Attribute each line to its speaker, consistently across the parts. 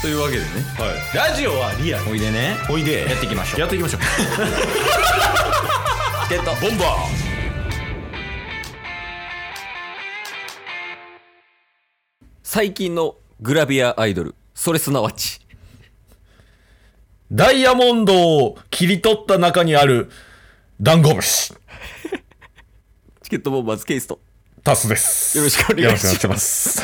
Speaker 1: というわけでね
Speaker 2: はい、ラジオはリアル
Speaker 1: おいでね
Speaker 2: おいで
Speaker 1: やっていきましょう
Speaker 2: やっていきましょう
Speaker 1: ゲット
Speaker 2: ボンバ
Speaker 1: 最近のグラビアアイドルそれすなわち
Speaker 2: ーダイヤモンドを切り取った中にあるダンゴムシ
Speaker 1: チケットボンバーズケイスト
Speaker 2: タスです
Speaker 1: よろしくお願いします
Speaker 2: よろくお願います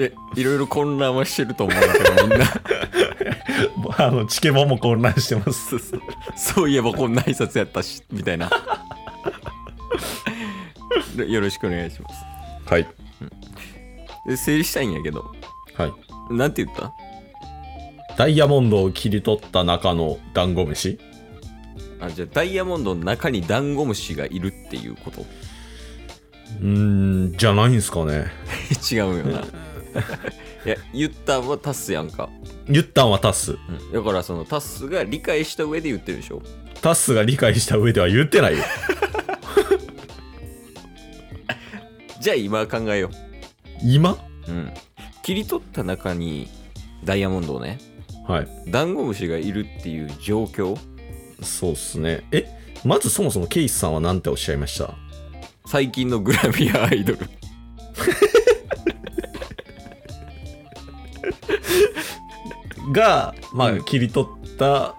Speaker 1: えいろいろ混乱はしてると思うんだけどみんな
Speaker 2: あのチケボンも混乱してます
Speaker 1: そうそうそういえばこんな挨拶やったしみたいなでよろしくお願いします
Speaker 2: はい
Speaker 1: で整理したいんやけど
Speaker 2: はい
Speaker 1: なんて言った
Speaker 2: ダイヤモンドを切り取った中のダンゴムシ
Speaker 1: あじゃあダイヤモンドの中にダンゴムシがいるっていうこと
Speaker 2: うーんじゃないんすかね
Speaker 1: 違うよな いや言ったんはタスやんか、
Speaker 2: 言ったんはタス
Speaker 1: うん、だからそのタスが理解した上で言ってるでしょ
Speaker 2: タスが理解した上では言ってないよ
Speaker 1: じゃあ今考えよ
Speaker 2: 今
Speaker 1: う、うん、切り取った中にダイヤモンドをね
Speaker 2: はい
Speaker 1: ダンゴムシがいるっていう状況
Speaker 2: そうっすねえまずそもそもケイスさんは何ておっしゃいました
Speaker 1: 最近のグラビアアイドル
Speaker 2: が、まあ
Speaker 1: うん
Speaker 2: 切り取った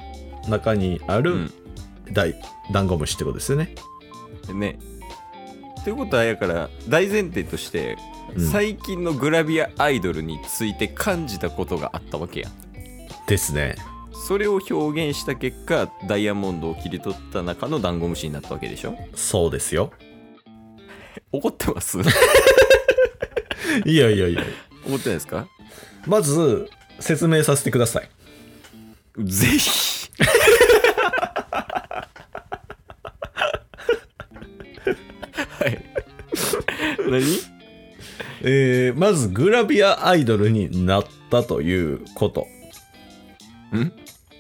Speaker 2: 中にあ
Speaker 1: う
Speaker 2: る
Speaker 1: ん
Speaker 2: ダイダンゴムシってことですよね、
Speaker 1: ねということはやから大前提として、
Speaker 2: うん
Speaker 1: 最近のグラビアアイドルについて感じたことがあったわけや
Speaker 2: ですね
Speaker 1: それを表現した結果ダイヤモンドを切り取った中のダンゴムシになったわけでしょ
Speaker 2: そうですよ
Speaker 1: 怒ってます怒
Speaker 2: いやいやい
Speaker 1: っ
Speaker 2: や
Speaker 1: てないですか
Speaker 2: まず説明させてください
Speaker 1: ぜひはい何
Speaker 2: えー、まずグラビアアイドルになったということ
Speaker 1: ん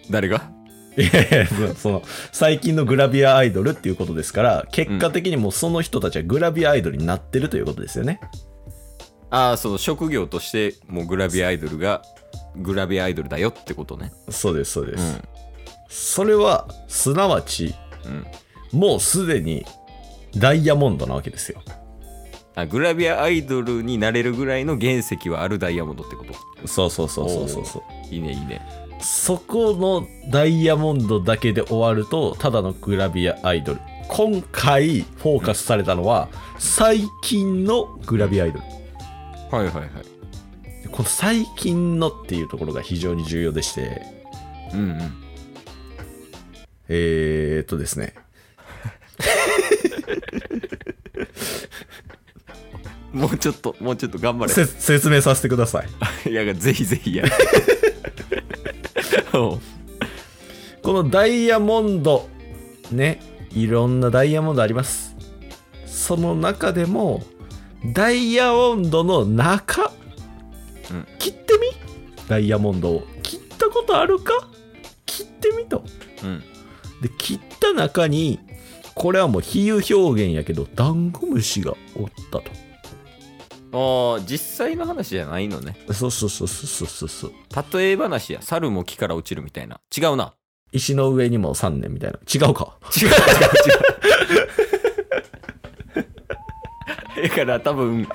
Speaker 1: 誰が
Speaker 2: いやいやその最近のグラビアアイドルっていうことですから結果的にもうその人たちはグラビアアイドルになってるということですよね、
Speaker 1: ああその職業としてもうグラビアアイドルがグラビアアイドルだよってことね
Speaker 2: そうですそうで
Speaker 1: う
Speaker 2: す、
Speaker 1: ん
Speaker 2: それはすなわち
Speaker 1: うん
Speaker 2: もうすでにダイヤモンドなわけですよ
Speaker 1: あグラビアアイドルになれるぐらいの原石はあるダイヤモンドってこと
Speaker 2: そうそうそうそうそうそう
Speaker 1: いいねいいね
Speaker 2: そこのダイヤモンドだけで終わるとただのグラビアアイドル今回フォーカスされたのは最近のグラビアアイドル
Speaker 1: はいはいはい
Speaker 2: この最近のっていうところが非常に重要でして
Speaker 1: うんうん
Speaker 2: えー、っとですね
Speaker 1: もうちょっともうちょっと頑張
Speaker 2: せ説明させてください
Speaker 1: れいやぜひぜひやおう
Speaker 2: このダイヤモンドねいろんなダイヤモンドありますその中でもダイヤモンドの中、
Speaker 1: うん
Speaker 2: 切ってみダイヤモンドを切ったことあるか切ってみと
Speaker 1: うん
Speaker 2: で切った中にこれはもう比喩表現やけどダンゴムシがおった
Speaker 1: あ
Speaker 2: と
Speaker 1: あ実際の話じゃないのね
Speaker 2: そうそうそうそうそうそう
Speaker 1: 例え話や猿も木から落ちるみたいな違うな
Speaker 2: 石の上にも3年みたいな違うか
Speaker 1: 違う違う違うだから多分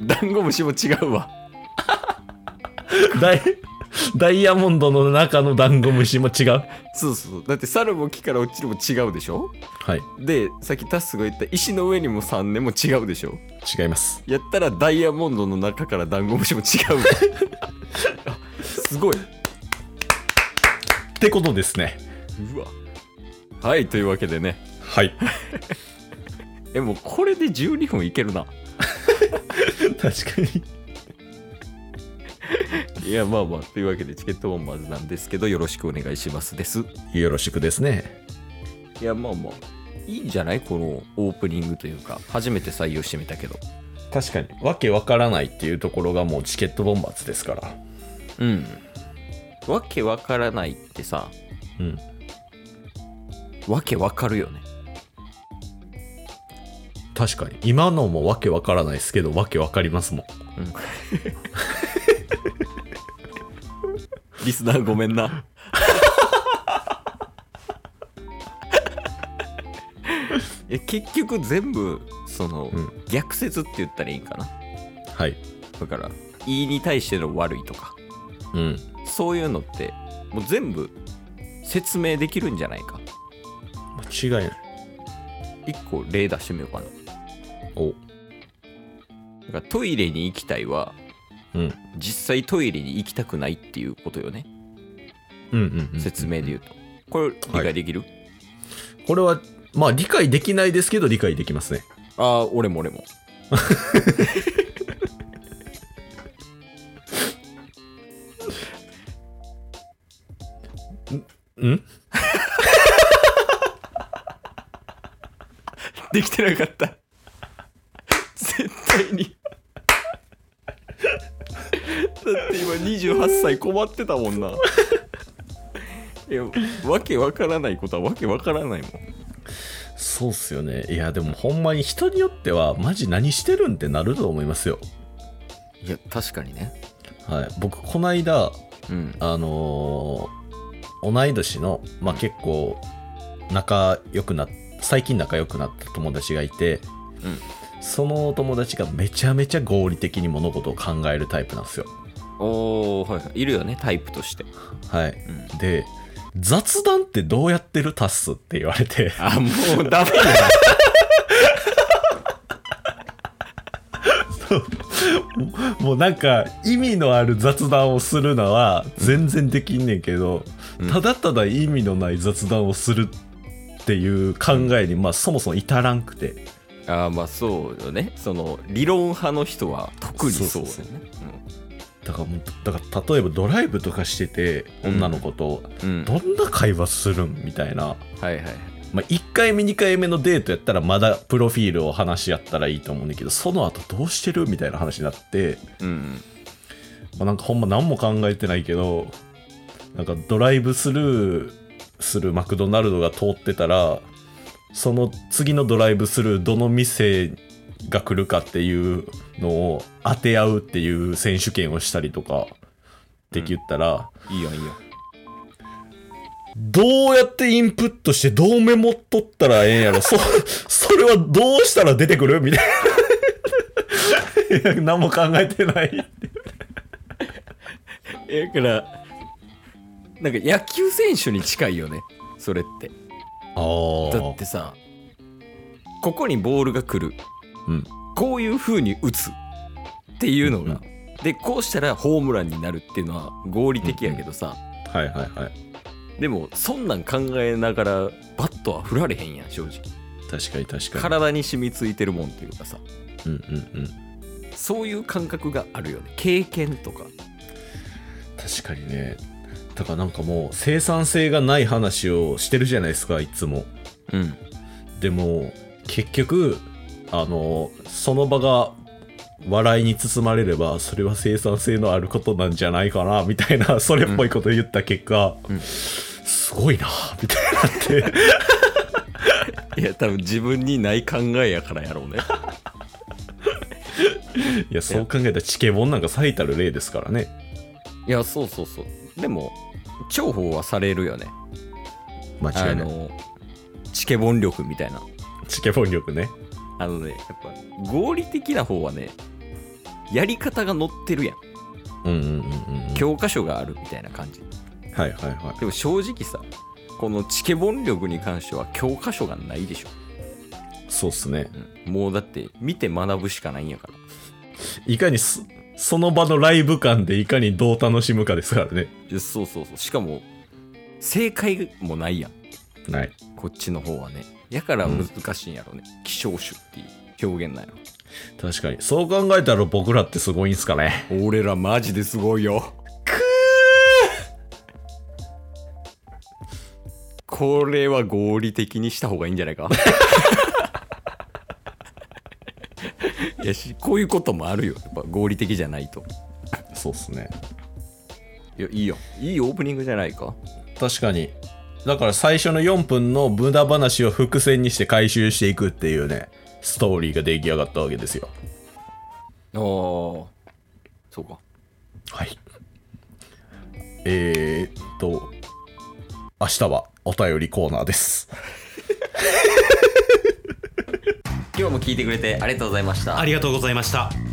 Speaker 1: ダンゴムシも違うわ
Speaker 2: ダイダイヤモンドの中のダンゴムシも違う
Speaker 1: そうそうだって猿も木から落ちるも違うでしょ
Speaker 2: はい
Speaker 1: でさっきタスが言った石の上にも3年も違うでしょ
Speaker 2: 違います
Speaker 1: やったらダイヤモンドの中からダンゴムシも違うわあすごい
Speaker 2: ってことですね
Speaker 1: うわはいというわけでね
Speaker 2: はい
Speaker 1: えもうこれで12分いけるな
Speaker 2: 確かに
Speaker 1: いやまあまあというわけでチケットボンバーズなんですけどよろしくお願いしますです
Speaker 2: よろしくですね
Speaker 1: いやまあまあいいんじゃないこのオープニングというか初めて採用してみたけど
Speaker 2: 確かにわけわからないっていうところがもうチケットボンバーズですから
Speaker 1: うんわけわからないってさ
Speaker 2: うん
Speaker 1: わけわかるよね
Speaker 2: 確かに今のもわけわからないですけどわけわかりますもん
Speaker 1: リスナーごめんな。 いや結局全部その、
Speaker 2: うん
Speaker 1: 逆説って言ったらいいんかな
Speaker 2: はい
Speaker 1: だから「いい」に対しての悪いとか
Speaker 2: うん
Speaker 1: そういうのってもう全部説明できるんじゃないか
Speaker 2: 間違いない
Speaker 1: 一個例出してみようかな
Speaker 2: お
Speaker 1: だからトイレに行きたいは
Speaker 2: うん
Speaker 1: 実際トイレに行きたくないっていうことよね
Speaker 2: うんうん、うん、
Speaker 1: 説明で言うとこれ理解できる、
Speaker 2: これはまあ理解できないですけど理解できますね
Speaker 1: ああ俺も俺も
Speaker 2: うん
Speaker 1: できてなか った絶対にだって今28歳困ってたもんないやわけわからないことはわけわからないもん
Speaker 2: そうっすよねいやでもほんまに人によってはマジ何してるんってなると思いますよ
Speaker 1: いや確かにね
Speaker 2: はい僕こないだ
Speaker 1: うん
Speaker 2: あのー同い年のまあ結構仲良くな最近仲良くなった友達がいて、その友達がめちゃめちゃ合理的に物事を考えるタイプなんですよ
Speaker 1: おおはいはいいるよねタイプとして、
Speaker 2: はい
Speaker 1: うん、
Speaker 2: で雑談ってどうやってるタッスって言われて
Speaker 1: あもうダメだ
Speaker 2: もうなんか意味のある雑談をするのは全然できんねんけど、
Speaker 1: うん
Speaker 2: ただただ意味のない雑談をするっていう考えに、まあそもそも至らんくて
Speaker 1: あーまあそうよねその理論派の人は特にそうよ
Speaker 2: そうそ
Speaker 1: ね
Speaker 2: だからもうだから例えばドライブとかしてて
Speaker 1: うん
Speaker 2: 女の子と、
Speaker 1: うん、うん、
Speaker 2: どんな会話するんみたいな、
Speaker 1: はいはい
Speaker 2: まあ、1回目2回目のデートやったらまだプロフィールを話し合ったらいいと思うんだけどその後どうしてるみたいな話になって。
Speaker 1: うん
Speaker 2: まあ、なんかほんま何も考えてないけどなんかドライブスルーするマクドナルドが通ってたらその次のドライブスルーどの店が来るかっていうのを当て合うっていう選手権をしたりとかって言ったら、
Speaker 1: いいよいいよ
Speaker 2: どうやってインプットしてどうメモっとったらええんやろそそれはどうしたら出てくるみたいな いや何も考えてない
Speaker 1: えだからなんか野球選手に近いよねそれって
Speaker 2: あ
Speaker 1: だってさここにボールが来る、
Speaker 2: うん
Speaker 1: こういう風に打つっていうのが、
Speaker 2: うん
Speaker 1: でこうしたらホームランになるっていうのは合理的やけどさ、
Speaker 2: はいはいはい
Speaker 1: でもそんなん考えながらバットは振られへんやん正直
Speaker 2: 確かに確かに
Speaker 1: 体に染みついてるもんというかさ
Speaker 2: うんうんうん
Speaker 1: そういう感覚があるよね経験とか
Speaker 2: 確かにねだからなんかもう生産性がない話をしてるじゃないですかいつも
Speaker 1: うん
Speaker 2: でも結局あのその場が笑いに包まれればそれは生産性のあることなんじゃないかなみたいな それっぽいこと言った結果、
Speaker 1: うんうん
Speaker 2: すごいなみたいになって
Speaker 1: いや多分自分にない考えやからやろうね
Speaker 2: いやそう考えたらチケボンなんか最たる例ですからね
Speaker 1: いやそうそうそうでも重宝はされるよね
Speaker 2: 間
Speaker 1: あ
Speaker 2: 違いない
Speaker 1: のチケボン力みたいな
Speaker 2: チケボン力ね
Speaker 1: あのねやっぱ合理的な方はねやり方が載ってるやん
Speaker 2: うんうんうんうん
Speaker 1: 教科書があるみたいな感じ
Speaker 2: はいはいはい
Speaker 1: でも正直さこのチケボン力に関しては教科書がないでしょ、
Speaker 2: そうっすね
Speaker 1: うんもうだって見て学ぶしかないんやから
Speaker 2: いかにそその場のライブ感でいかにどう楽しむかですからね。
Speaker 1: いやそうそうそうしかも正解もないやん
Speaker 2: はい。
Speaker 1: こっちの方はねやから難しいんやろね、希少種っていう表現なんや
Speaker 2: 確かに。そう考えたら僕らってすごいんすかね。
Speaker 1: ろ俺らマジですごいよこれは合理的にした方がいいんじゃない かいやしこういうこともあるよやっぱ合理的じゃないと
Speaker 2: そうっすね。
Speaker 1: いやいいよいいオープニングじゃないか
Speaker 2: 確かに。だから最初の4分の無駄話を伏線にして回収していくっていうね。ストーリーが出来上がったわけですよ
Speaker 1: ああそうか
Speaker 2: はいえー、っと明日はお便りコーナーです
Speaker 1: 今日も聞いてくれてありがとうございました
Speaker 3: ありがとうございました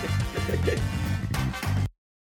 Speaker 3: す